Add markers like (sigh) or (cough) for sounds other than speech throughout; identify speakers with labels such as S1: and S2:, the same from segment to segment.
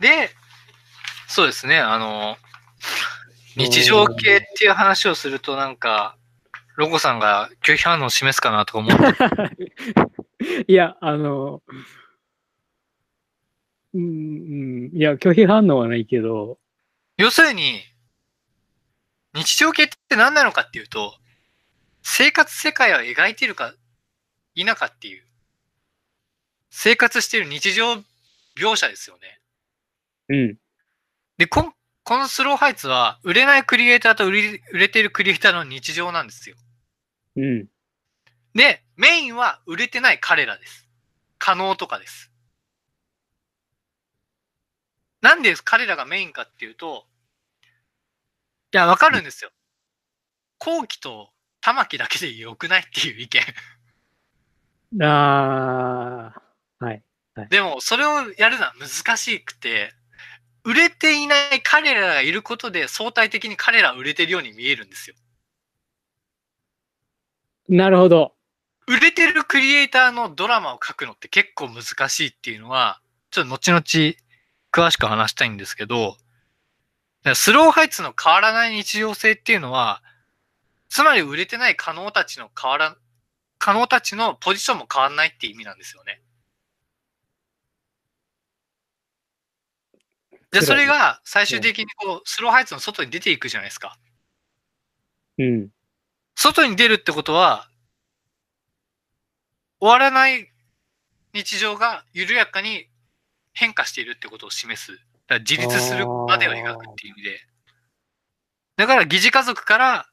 S1: で、そうですね、あの、日常系っていう話をすると、なんか、ロコさんが拒否反応を示すかなとか思って、
S2: (laughs) いや、あの、うん、うんいや、拒否反応はないけど、
S1: 要するに、日常系って何なのかっていうと、生活世界を描いてるか否かっていう、生活している日常描写ですよね。
S2: うん、
S1: で、こんこのスローハイツは、売れないクリエイターと売り売れてるクリエイターの日常なんですよ。
S2: うん、
S1: で、メインは売れてない彼らです。可能とかです。なんで彼らがメインかっていうと、いや、わかるんですよ。後期と玉木だけで良くないっていう意見。 (laughs)
S2: ああ、はい。
S1: でも、それをやるのは難しくて、売れていない彼らがいることで相対的に彼らは売れてるように見えるんですよ。
S2: なるほど。
S1: 売れてるクリエイターのドラマを書くのって結構難しいっていうのは、ちょっと後々詳しく話したいんですけど、スローハイツの変わらない日常性っていうのは、つまり売れてない可能たちの変わら、可能たちのポジションも変わらないって意味なんですよね。で、それが最終的にこう、スローハイツの外に出ていくじゃないですか。
S2: うん、
S1: 外に出るってことは、終わらない日常が緩やかに変化しているってことを示す。だから自立するまでを描くっていう意味で。だから疑似家族から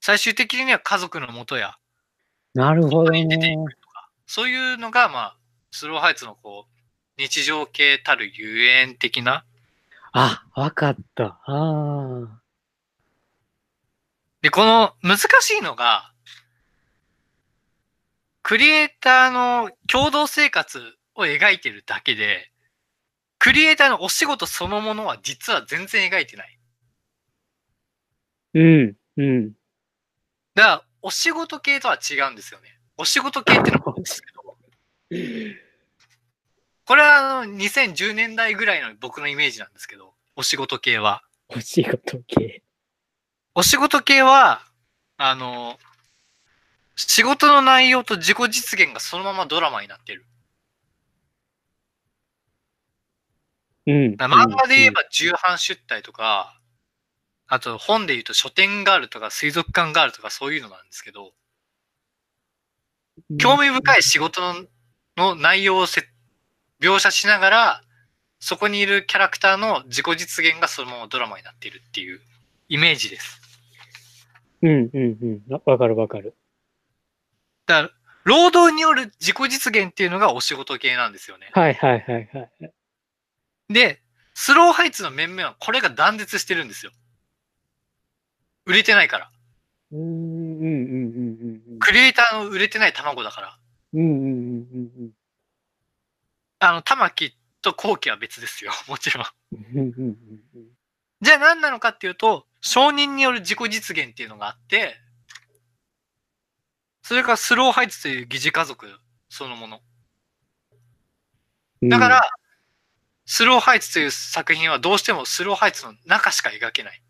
S1: 最終的には家族のもとや、
S2: なるほど
S1: 出てい
S2: ね。
S1: そういうのが、まあ、スローハイツのこう、日常系たるゆえん的な。
S2: あ、わかった。あ
S1: で、この難しいのが、クリエイターの共同生活を描いてるだけで、クリエイターのお仕事そのものは実は全然描いてない。
S2: ーうん、うん。
S1: だから、お仕事系とは違うんですよね。お仕事系ってのはあるんですけど、これはあの2010年代ぐらいの僕のイメージなんですけど、お仕事系は。
S2: お仕事系。
S1: お仕事系は、あの、仕事の内容と自己実現がそのままドラマになってる。
S2: うん。
S1: だから漫画で言えば重版出体とか、あと本で言うと書店があるとか水族館があるとかそういうのなんですけど、
S2: うん、
S1: 興味深い仕事のの内容をせ描写しながら、そこにいるキャラクターの自己実現がそのままドラマになっているっていうイメージです。
S2: うん、うん、うん。わわかるわかる。
S1: だから、労働による自己実現っていうのがお仕事系なんですよね。
S2: はいはいはいはい。
S1: で、スローハイツの面々はこれが断絶してるんですよ。売れてないから。
S2: うん、うん、うん、うん。
S1: クリエイターの売れてない卵だから。
S2: うん、うん、うん、うん。
S1: あの、玉木と後期は別ですよ、 (laughs) もちろん。
S2: うんうんうんうん
S1: じゃあ何なのかっていうと、承認による自己実現っていうのがあって、それからスローハイツという疑似家族そのもの。
S2: うん
S1: だから、、スローハイツという作品はどうしてもスローハイツの中しか描けない。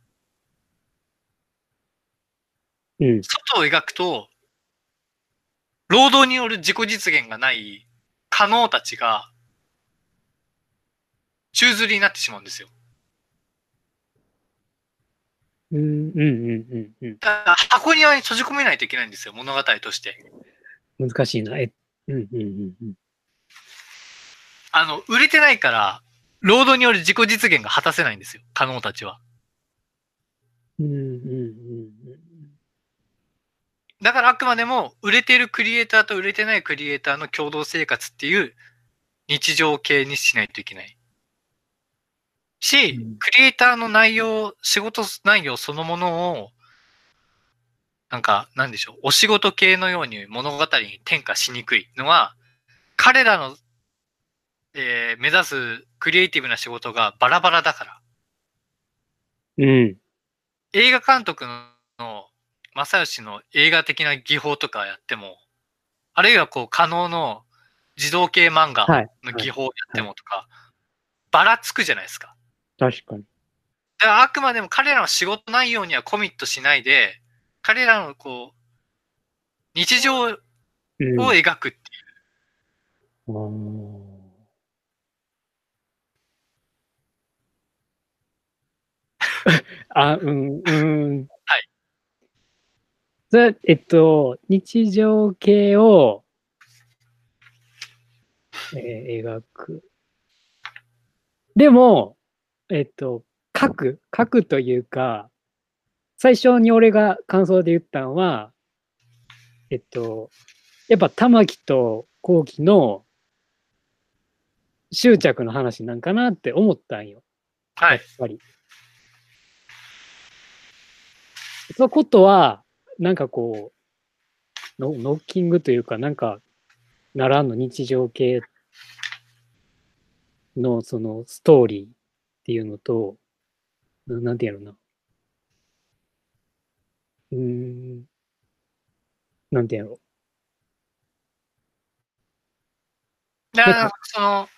S2: うん、
S1: 外を描くと、労働による自己実現がない可能たちが、宙づりになってしまうんですよ。
S2: うん、うん、うん、う
S1: だ
S2: ん
S1: から箱庭に閉じ込めないといけないんですよ、物語として。
S2: うん。難しいな。え、うん、うん、うんうん。
S1: あの、売れてないから、労働による自己実現が果たせないんですよ、可能たちは。
S2: うん、うん、うん
S1: だからあくまでも、売れてるクリエイターと売れてないクリエイターの共同生活っていう日常系にしないといけない。し
S2: うん、
S1: クリエイターの内容、仕事内容そのものを、なんか、なんでしょう、お仕事系のように物語に転化しにくいのは、彼らの、えー目指すクリエイティブな仕事がバラバラだから。
S2: うん。うん。
S1: 映画監督の正義の映画的な技法とかやっても、あるいはこう、可能の児童系漫画
S2: はい
S1: の技法やってもとか、ばらつくじゃないですか。
S2: 確かに。
S1: だからあくまでも彼らの仕事内容にはコミットしないで、彼らのこう、日常を
S2: うん。あ
S1: 描くっていう
S2: ー (laughs) あ、うん、うん。
S1: はい。
S2: それ、えっと、日常系を、えー描く。でも、えっと、書く、書くというか、最初に俺が感想で言ったのは、えっと、やっぱ玉木と幸喜の執着の話なんかなって思ったんよ。
S1: はい。
S2: やっぱり。そことは、なんかこう、ノノッキングというか、なんか、ならんの日常系のそのストーリーっていうのと、ななんてやろうな。うーん。なんてやろ
S1: だから
S2: なん
S1: その、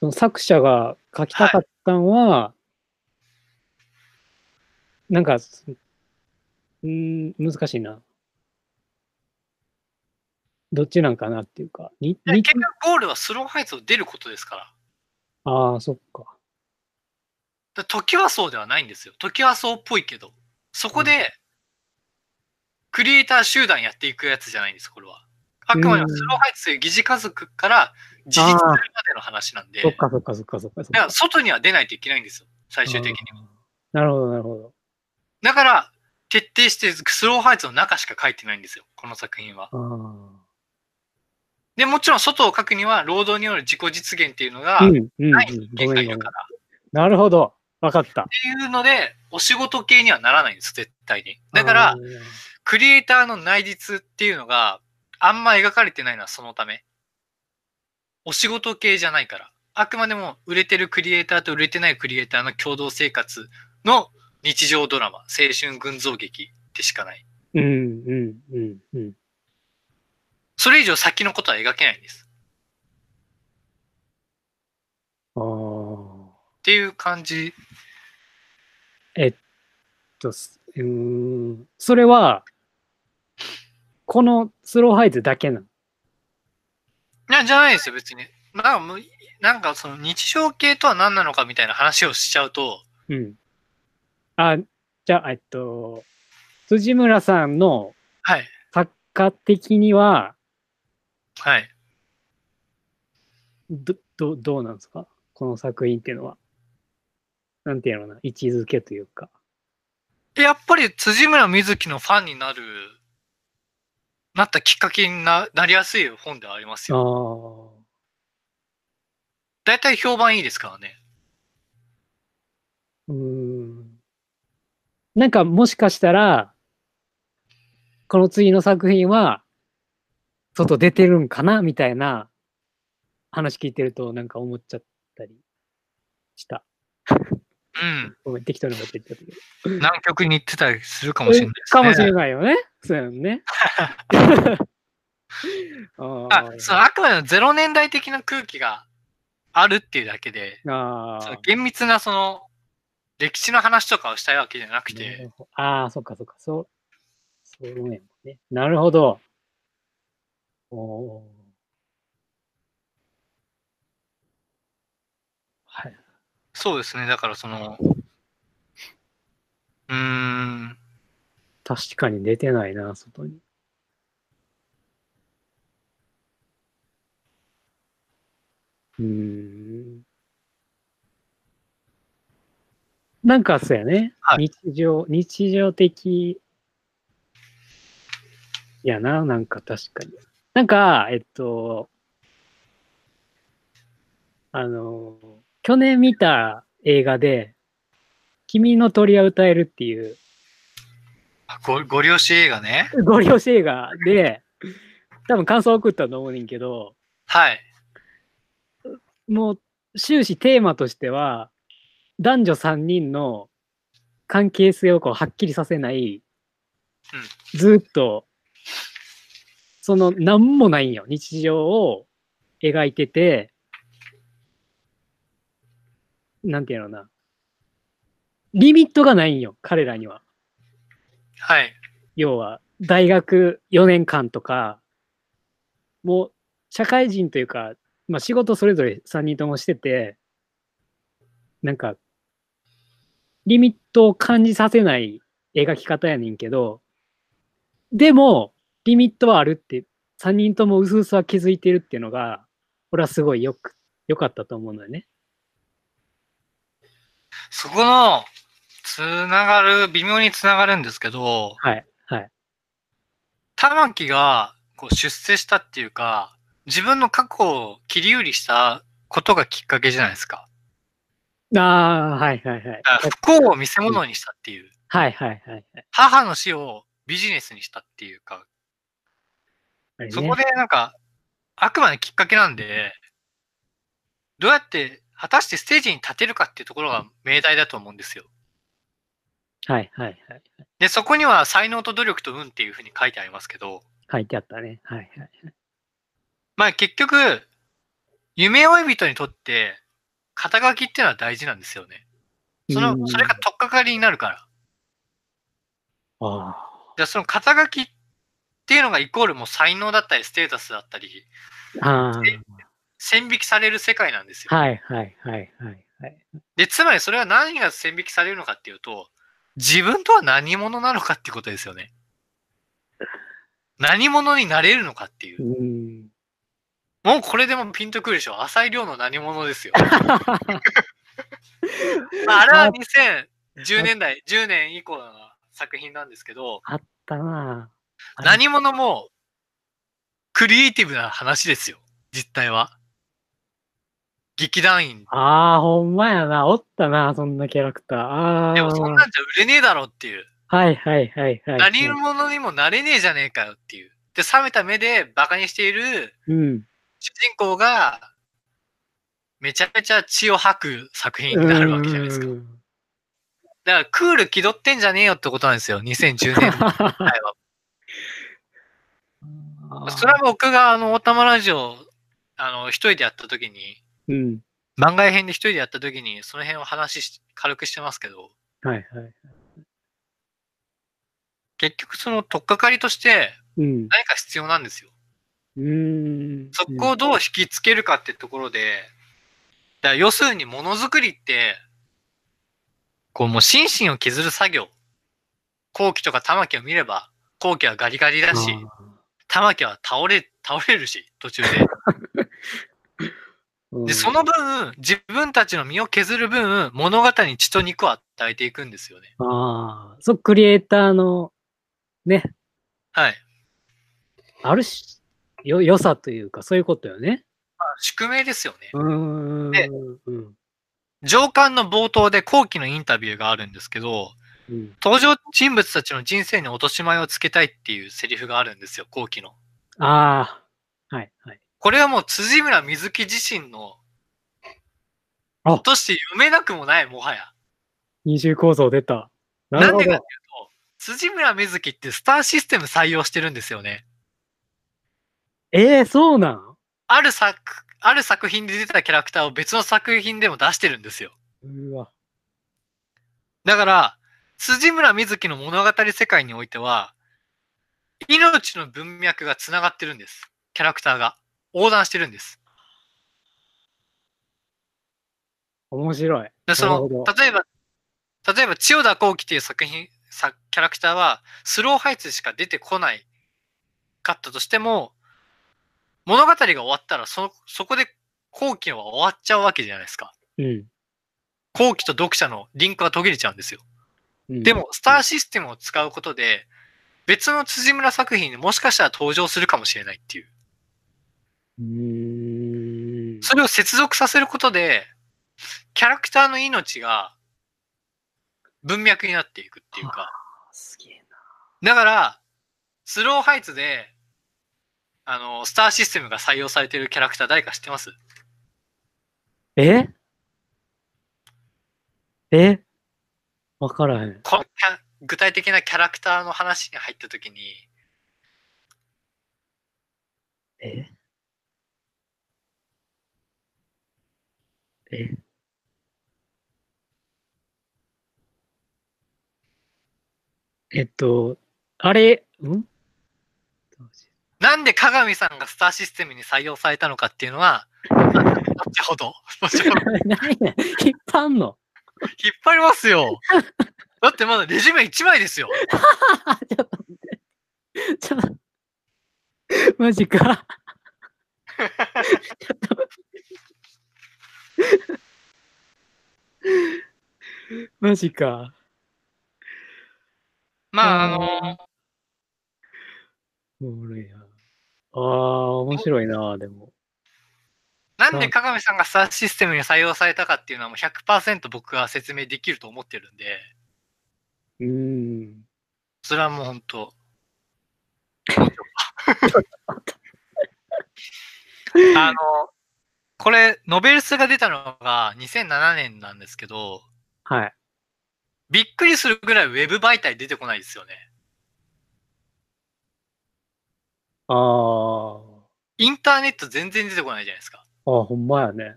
S2: その作者が書きたかったのは、なんか、すうーん、難しいな。どっちなんかなっていうか。にに
S1: 結局ゴールはスローハイツを出ることですから。
S2: ああ、そっか。
S1: だから時はそうではないんですよ。時はそうっぽいけど、そこで、クリエイター集団やっていくやつじゃないんです、これは。あくまでもスローハイツという疑似家族から事実になるまでの話なんで、
S2: そ
S1: だ
S2: っかそっかそっかそっかそっ
S1: から
S2: か。
S1: 外には出ないといけないんですよ、最終的には。
S2: あー。なるほど、なるほど。
S1: だから、徹底してスローハイツの中しか書いてないんですよ、この作品は。
S2: あ
S1: で、もちろん外を書くには、労働による自己実現っていうのが
S2: あ。うん、うん、うん。
S1: ない
S2: ご
S1: 限
S2: め
S1: 界
S2: ん、ごめ
S1: だ
S2: ん
S1: か。ら。
S2: なるほど。わかった。
S1: っていうので、お仕事系にはならないんです、絶対に。だから
S2: あ、ー、
S1: クリエイターの内実っていうのがあんま描かれてないのはそのため。お仕事系じゃないから。あくまでも売れてるクリエイターと売れてないクリエイターの共同生活の日常ドラマ、青春群像劇でしかない。
S2: うん、うん、うん、うん。
S1: それ以上先のことは描けないんです。
S2: ああ。
S1: っていう感じ。
S2: と、すうーん、それは、このスローハイズだけなの。
S1: なじゃないですよ、別に。なんかもう、なんかその日常系とは何なのかみたいな話をしちゃうと、
S2: うん。あ、じゃあ、えっと、辻村さんの
S1: はい、
S2: 作家的には、
S1: はい。
S2: ど、どどうなんですかこの作品っていうのは。なんていうのかな位置づけというか。
S1: やっぱり辻村瑞希のファンになる、なったきっかけにななりやすい本ではあります
S2: あ
S1: よ。
S2: あ。
S1: 大体評判いいですからね。
S2: うーんなんかもしかしたら、この次の作品は、外出てるんかなみたいな話聞いてるとなんか思っちゃったりした。ごめん、適当なこと言っちゃったけど。
S1: うん。南極に行ってたりするかもしれないです、ね。
S2: かもしれないよね。そうや
S1: (laughs)
S2: んね。あ
S1: あそうあくまでもゼロ年代的な空気があるっていうだけで、
S2: う。あ
S1: そ
S2: ー
S1: の厳密なその、歴史の話とかをしたいわけじゃなく
S2: な
S1: て、
S2: るほどああ、そっかそっか、そう、そういうもんやもんね。なるほど。おお。はい。
S1: そうですね。だからその、うーん、
S2: 確かに出てないな、外に。うーん。なんかそうやね。
S1: は
S2: 日常、日常的やな、なんか確かに。なんか、えっと、あの、去年見た映画で、君の鳥は歌えるっていう、
S1: あごご利用し映画ね。
S2: (laughs) ご利用し映画で、多分感想送ったと思うねんけど、
S1: はい。
S2: もう終始テーマとしては、男女3人の関係性をこうはっきりさせない、ずーっと、その何もないんよ、日常を描いてて、なんていうのな、リミットがないんよ、彼らには。
S1: はい。
S2: 要は、大学4年間とか、もう、社会人というか、まあ仕事それぞれ3人ともしてて、なんか、リミットを感じさせない描き方やねんけど、でも、リミットはあるって、3人ともうすうすは気づいてるっていうのが、俺はすごいよく、良かったと思うのよね。
S1: そこの、つながる、微妙につながるんですけど、
S2: はい、はい。
S1: 玉木がこう出世したっていうか、自分の過去を切り売りしたことがきっかけじゃないですか。
S2: ああ、はい、はい、はい。
S1: だから不幸を見せ物にしたっていう。
S2: はい、はい、はいはい。
S1: 母の死をビジネスにしたっていうか、
S2: あれね
S1: そこでなんか、あくまできっかけなんで、どうやって、果たしてステージに立てるかっていうところが命題だと思うんですよ。
S2: はい、はい、はい。
S1: で、そこには才能と努力と運っていうふうに書いてありますけど、
S2: 書いてあったね。はい、はい。
S1: まあ結局、夢追い人にとって、肩書きっていうのは大事なんですよね。そ
S2: うん
S1: の、それが取っかかりになるから。
S2: あ
S1: じゃあその肩書きっていうのがイコールもう才能だったり、ステータスだったり、
S2: あ。ああ。
S1: 線引きされる世界なんですよ。
S2: はいはいはいはいはい。
S1: で、つまりそれは何が線引きされるのかっていうと、自分とは何者なのかっていうことですよね。何者になれるのかっていうう。
S2: ん。 (laughs)
S1: もうこれでもピンとくるでしょ。浅井亮の何者ですよ。まあ、あれは2010年代、10年以降の作品なんですけど、
S2: あったなぁ。
S1: 何者もクリエイティブな話ですよ。実態は。劇団員。
S2: ああ、ほんまやな。おったな、そんなキャラクター。ああ。
S1: でもそんなんじゃ売れねえだろっていう。
S2: はいはいはいはい。
S1: 何者にもなれねえじゃねえかよっていう。で、冷めた目でバカにしている
S2: うん。
S1: 主人公が、めちゃめちゃ血を吐く作品になるわけじゃないですか。
S2: う
S1: だか
S2: ん
S1: らクール気取ってんじゃねえよってことなんですよ。2010年代は。それは僕があの、オタマラジオ、あの、一人でやった時に、
S2: うん。
S1: 番外編で一人でやった時に、その辺を話し、軽くしてますけど、
S2: はいはい。
S1: 結局その、取っかかりとして
S2: うん。
S1: 何か必要なんですよ。
S2: うん。
S1: そこをどう引きつけるかってところで、だから要するにものづくりって、こうもう心身を削る作業。後期とか玉木を見れば、後期はガリガリだし、玉木は倒れ、倒れるし、途中で。で、その分、自分たちの身を削る分、物語に血と肉を与えていくんですよね。
S2: ああ。そう、クリエイターの、ね、
S1: はい。
S2: あるし、よ、良さというか、そういうことよね。
S1: 宿命ですよね。
S2: うん。
S1: で
S2: うん。
S1: 上巻の冒頭で後期のインタビューがあるんですけど、
S2: うん。
S1: 登場人物たちの人生に落とし前をつけたいっていうセリフがあるんですよ、後期の。
S2: ああ。はいはい。
S1: これはもう辻村瑞希自身の
S2: あ、
S1: として読めなくもない、もはや。
S2: 二重構造出た。な
S1: な
S2: る
S1: ん
S2: ほ
S1: でかっていう
S2: ど
S1: と。、辻村瑞希ってスターシステム採用してるんですよね。
S2: ええそうなん
S1: ある作、ある作品で出てたキャラクターを別の作品でも出してるんですよ。
S2: うわ。
S1: だから、辻村瑞希の物語世界においては、命の文脈が繋がってるんです。キャラクターが。横断してるんです。
S2: 面白い。
S1: でそ
S2: なるほ
S1: の
S2: ど
S1: 例えば、例えば、千代田幸喜っていう作品、さキャラクターは、スローハイツしか出てこないかったとしても、物語が終わったら、そ、そこで後期は終わっちゃうわけじゃないですか。
S2: うん。
S1: 後期と読者のリンクが途切れちゃうんですよ。
S2: うん
S1: で、も、スターシステムを使うことで、別の辻村作品にもしかしたら登場するかもしれないっていう。
S2: うーん。
S1: それを接続させることで、キャラクターの命が文脈になっていくっていうか。
S2: すげえな。
S1: だから、スローハイツで、あの、スターシステムが採用されてるキャラクター誰か知ってます
S2: ええわからへん。
S1: このキャ具体的なキャラクターの話に入った時に、
S2: えええっと、あれ、ん
S1: なんで加賀美さんがスターシステムに採用されたのかっていうのは、後ほど、後ほど
S2: 何や、引っ張んの
S1: 引っ張りますよ。だってまだレジュメ1枚ですよ。
S2: (laughs) ちょっと待って。ちょっと待って。マジか。ちょっと。マジか。
S1: まあ、あ
S2: あ
S1: の、
S2: おもろいな。ああ、面白いな、でも。
S1: なんで加賀美さんがスターシステムに採用されたかっていうのはもう100%僕は説明できると思ってるんで、
S2: うーん。
S1: それはもう本当、あの、これ、ノベルスが出たのが2007年なんですけど、
S2: はい。
S1: びっくりするぐらいウェブ媒体出てこないですよね。
S2: ああ。
S1: インターネット全然出てこないじゃないですか。
S2: ああ、ほんまやね。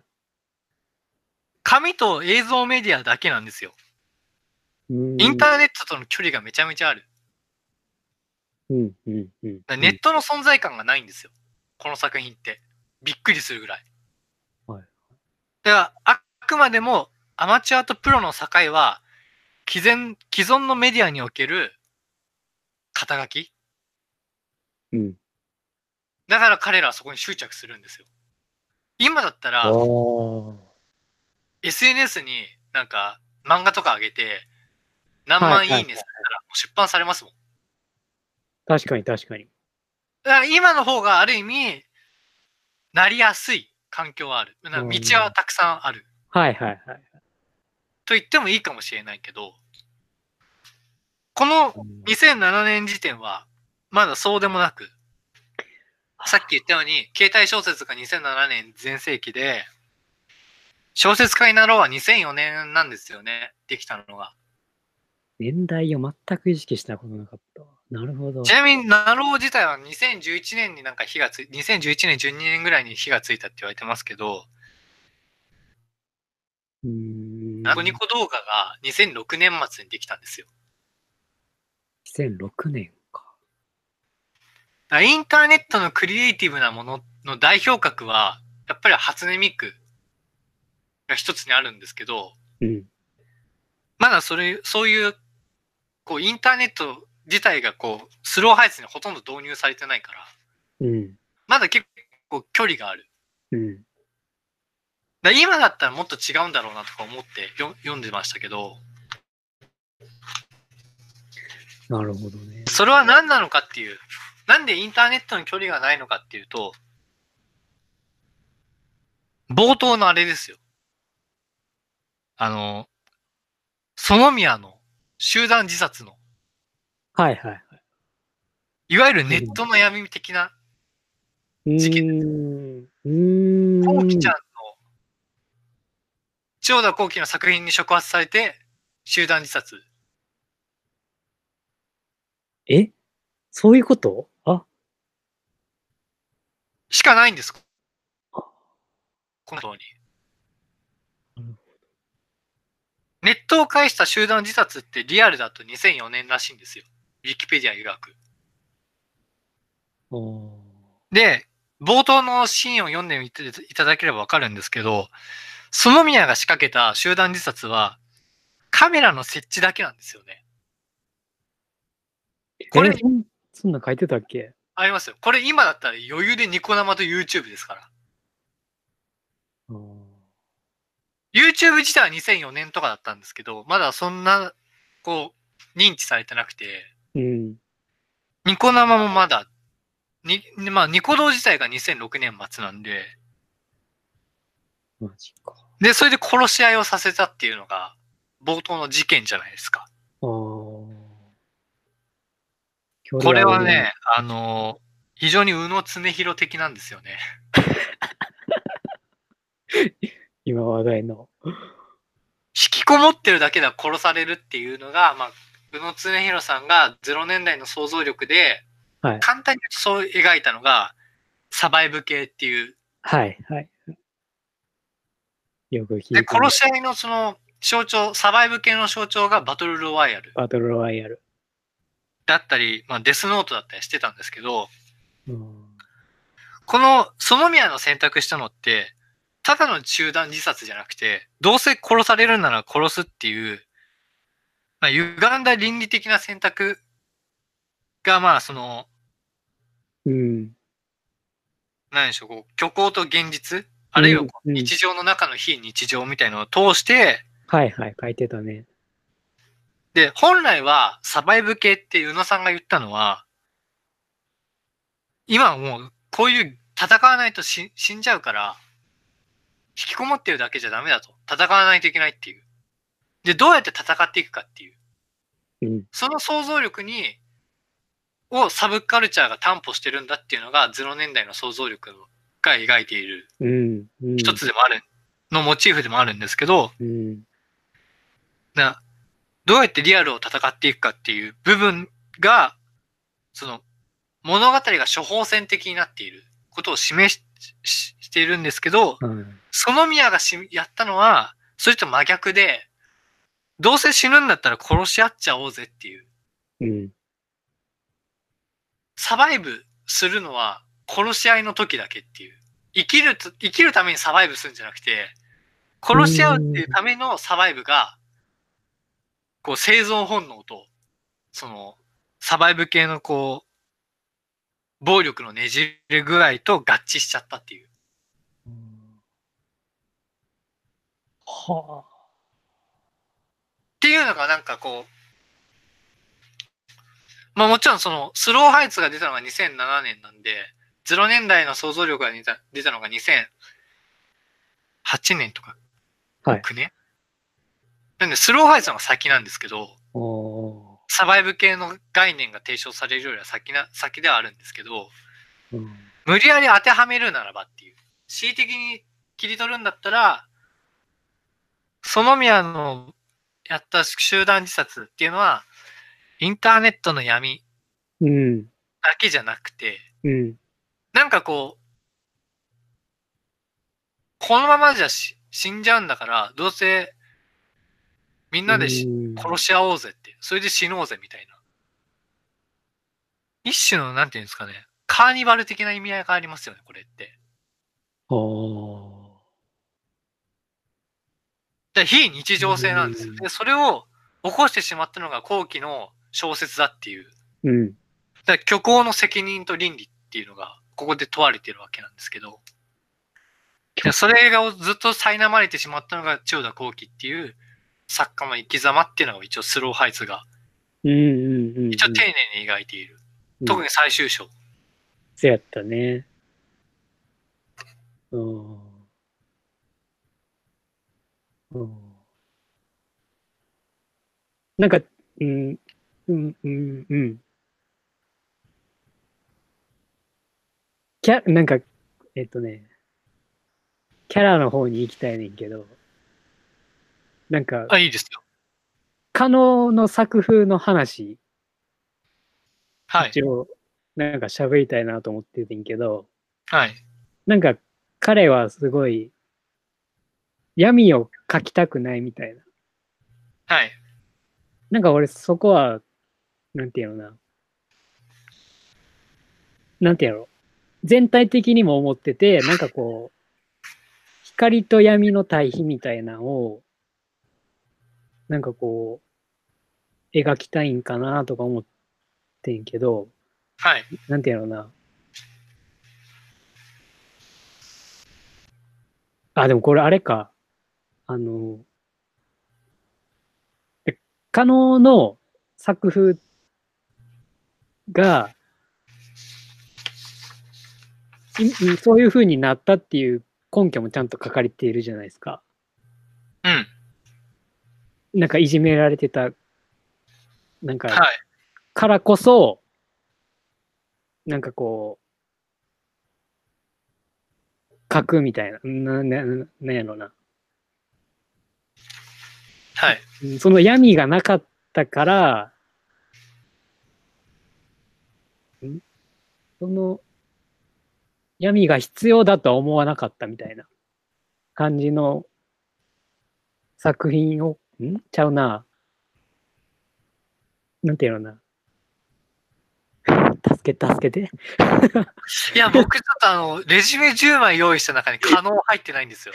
S1: 紙と映像メディアだけなんですよ。
S2: うーん
S1: インターネットとの距離がめちゃめちゃある。
S2: うん、うん、うん。
S1: だからネットの存在感がないんですよ。この作品って。びっくりするぐらい。
S2: はい。
S1: だから、あくまでもアマチュアとプロの境は、既存、既存のメディアにおける肩書き
S2: うん。
S1: だから彼らはそこに執着するんですよ。今だった
S2: ああ
S1: ら、
S2: ー。
S1: SNS になんか漫画とか上げて、何万いいねされたらもう出版されますもん。
S2: 確かに、確かに。
S1: だから今の方がある意味、なりやすい環境はある。だから道はたくさんある。
S2: はい、はい、はい。
S1: と言ってもいいかもしれないけど、この2007年時点は、まだそうでもなく、さっき言ったように、携帯小説が2007年全盛期で、小説家になろうは2004年なんですよね、できたのが。
S2: 年代を全く意識したことなかったわ。なるほど。
S1: ちなみに、ナロー自体は2011年になんか火がつい、2011年、12年ぐらいに火がついたって言われてますけど、
S2: うーん。
S1: ナコニコ動画が2006年末にできたんですよ。
S2: 2006年か。
S1: だからインターネットのクリエイティブなものの代表格は、やっぱり初音ミクが一つにあるんですけど、
S2: うん。
S1: まだそれ、そういう、こう、インターネット自体がこう、スロー配置にほとんど導入されてないから、
S2: うん。
S1: まだ結構距離がある。
S2: うん。
S1: だから今だったらもっと違うんだろうなとか思ってよ読んでましたけど、
S2: なるほどね。
S1: それは何なのかっていう、なんでインターネットの距離がないのかっていうと、冒頭のあれですよ。あの、園宮の集団自殺の、
S2: はいはいはい
S1: わゆるネットの闇的な、
S2: い。
S1: 事件
S2: うーん。うーん。
S1: こうきちゃんの、千代田こうきの作品に触発されて、集団自殺。
S2: えそういうことあ、
S1: しかないんです。このよう
S2: なる
S1: に。ネットを介した集団自殺ってリアルだと2004年らしいんですよ。ウィキペディア曰く。
S2: あー
S1: で、冒頭のシーンを読んでみていただければわかるんですけど、園宮が仕掛けた集団自殺は、カメラの設置だけなんですよね。これ
S2: えそんそんなん書いてたっけ
S1: ありますよ。これ今だったら余裕でニコ生と YouTube ですから。
S2: あー
S1: YouTube 自体は2004年とかだったんですけど、まだそんな、こう、認知されてなくて、
S2: うん。
S1: ニコ生もまだ、に、まあ、ニコ動自体が2006年末なんで、
S2: マジか。
S1: で、それで殺し合いをさせたっていうのが、冒頭の事件じゃないですか。
S2: ああ。
S1: これはね、あのー非常に宇野常弘的なんですよね。
S2: 今話題の。
S1: 引きこもってるだけでは殺されるっていうのが、まあ、宇野常弘さんが0年代の想像力で、
S2: はい
S1: 簡単に言うとそう描いたのが、サバイブ系っていう
S2: はい、はい。よく聞いて
S1: で、
S2: る。
S1: 殺し合いのその象徴、サバイブ系の象徴がバトルロワイヤル。
S2: バトルロワイヤル。
S1: だったり、まあ、デスノートだったりしてたんですけど、
S2: うん
S1: この、園宮の選択したのって、ただの中断自殺じゃなくて、どうせ殺されるなら殺すっていう、まあ、歪んだ倫理的な選択が、まあ、その、
S2: うん。
S1: なんでしょう、こう、虚構と現実、あるいはこう
S2: うんうん
S1: 日常の中の非日常みたいのを通して、
S2: はいはい、書いてたね。
S1: で、本来はサバイブ系って宇野さんが言ったのは、今はもうこういう戦わないとし死んじゃうから、引きこもってるだけじゃダメだと。戦わないといけないっていう。で、どうやって戦っていくかっていう。
S2: うん。
S1: その想像力に、をサブカルチャーが担保してるんだっていうのが、ゼロ年代の想像力が描いている
S2: うん。うん
S1: 一つ。でもある、のモチーフでもあるんですけど、
S2: うん。
S1: な、どうやってリアルを戦っていくかっていう部分が、その、物語が処方箋的になっていることを示しししているんですけど、
S2: はい
S1: その宮がしやったのは、それと真逆で、どうせ死ぬんだったら殺し合っちゃおうぜっていう。
S2: うん。
S1: サバイブするのは殺し合いの時だけっていう。生きると、生きるためにサバイブするんじゃなくて、殺し合うっていうためのサバイブが、こう生存本能と、その、サバイブ系のこう、暴力のねじれ具合と合致しちゃったっていう。
S2: はあ。
S1: っていうのがなんかこう、まあもちろんそのスローハイツが出たのが2007年なんで、0年代の想像力が出た出たのが2008年とか、
S2: はい
S1: 9年なんでスローハイツの方が先なんですけど、
S2: お
S1: サバイブ系の概念が提唱されるよりは先な、先ではあるんですけど、
S2: ーうん。
S1: 無理やり当てはめるならばっていう。恣意的に切り取るんだったら、園宮のやった集団自殺っていうのは、インターネットの闇
S2: うん。
S1: だけじゃなくて、
S2: うん。
S1: なんかこう、このままじゃし死んじゃうんだから、どうせみんなでし
S2: うん
S1: 殺し合おうぜって、それで死のうぜみたいな。一種の、なんていうんですかね、カーニバル的な意味合いがありますよね、これって。
S2: あー
S1: で非日常性なんですよ。
S2: うん
S1: で、それを起こしてしまったのが後期の小説だっていう。
S2: うん。
S1: だから虚構の責任と倫理っていうのが、ここで問われてるわけなんですけど。でそれがずっと苛まれてしまったのが千代田後期っていう作家の生き様っていうのが一応スローハイツが
S2: うんうんうんうん。
S1: 一応丁寧に描いている。
S2: うん
S1: 特に最終章。
S2: そうやったね。うん。うん。なんか、うん、うん、うん、うん。キャ、なんか、えっとね、キャラの方に行きたいねんけど、なんか、
S1: あ、いいですよ。
S2: 加納の作風の話、
S1: はい。
S2: 一応、なんか喋りたいなと思っててんけど、
S1: はい。
S2: なんか彼はすごい闇を描きたくないみたいな。
S1: はい。
S2: なんか俺そこは、なんていうのかな。なんていうの全体的にも思ってて、なんかこう、光と闇の対比みたいなのを、なんかこう、描きたいんかなとか思ってんけど、
S1: はい。
S2: なんていうのかな。あ、でもこれあれか。あの、え加納の作風が、いいそういう風になったっていう根拠もちゃんと書かれているじゃないですか。
S1: うん。
S2: なんかいじめられてた、なんか、
S1: はい。
S2: からこそ、なんかこう、書くみたいな、な、な、ななんやろな。
S1: はい。
S2: うんその闇がなかったから、んその闇が必要だとは思わなかったみたいな感じの作品を、んちゃうな。なんていうのかな。助けて、助けて。
S1: いや、僕ちょっとあの、レジュメ10枚用意した中に可能入ってないんですよ。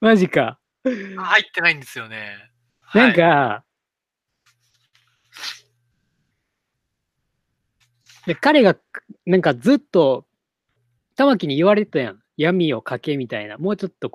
S2: マジか。
S1: 入ってないんですよね。はい
S2: なんか、で彼が、なんかずっと、玉木に言われてたやん。闇をかけみたいな。もうちょっとこう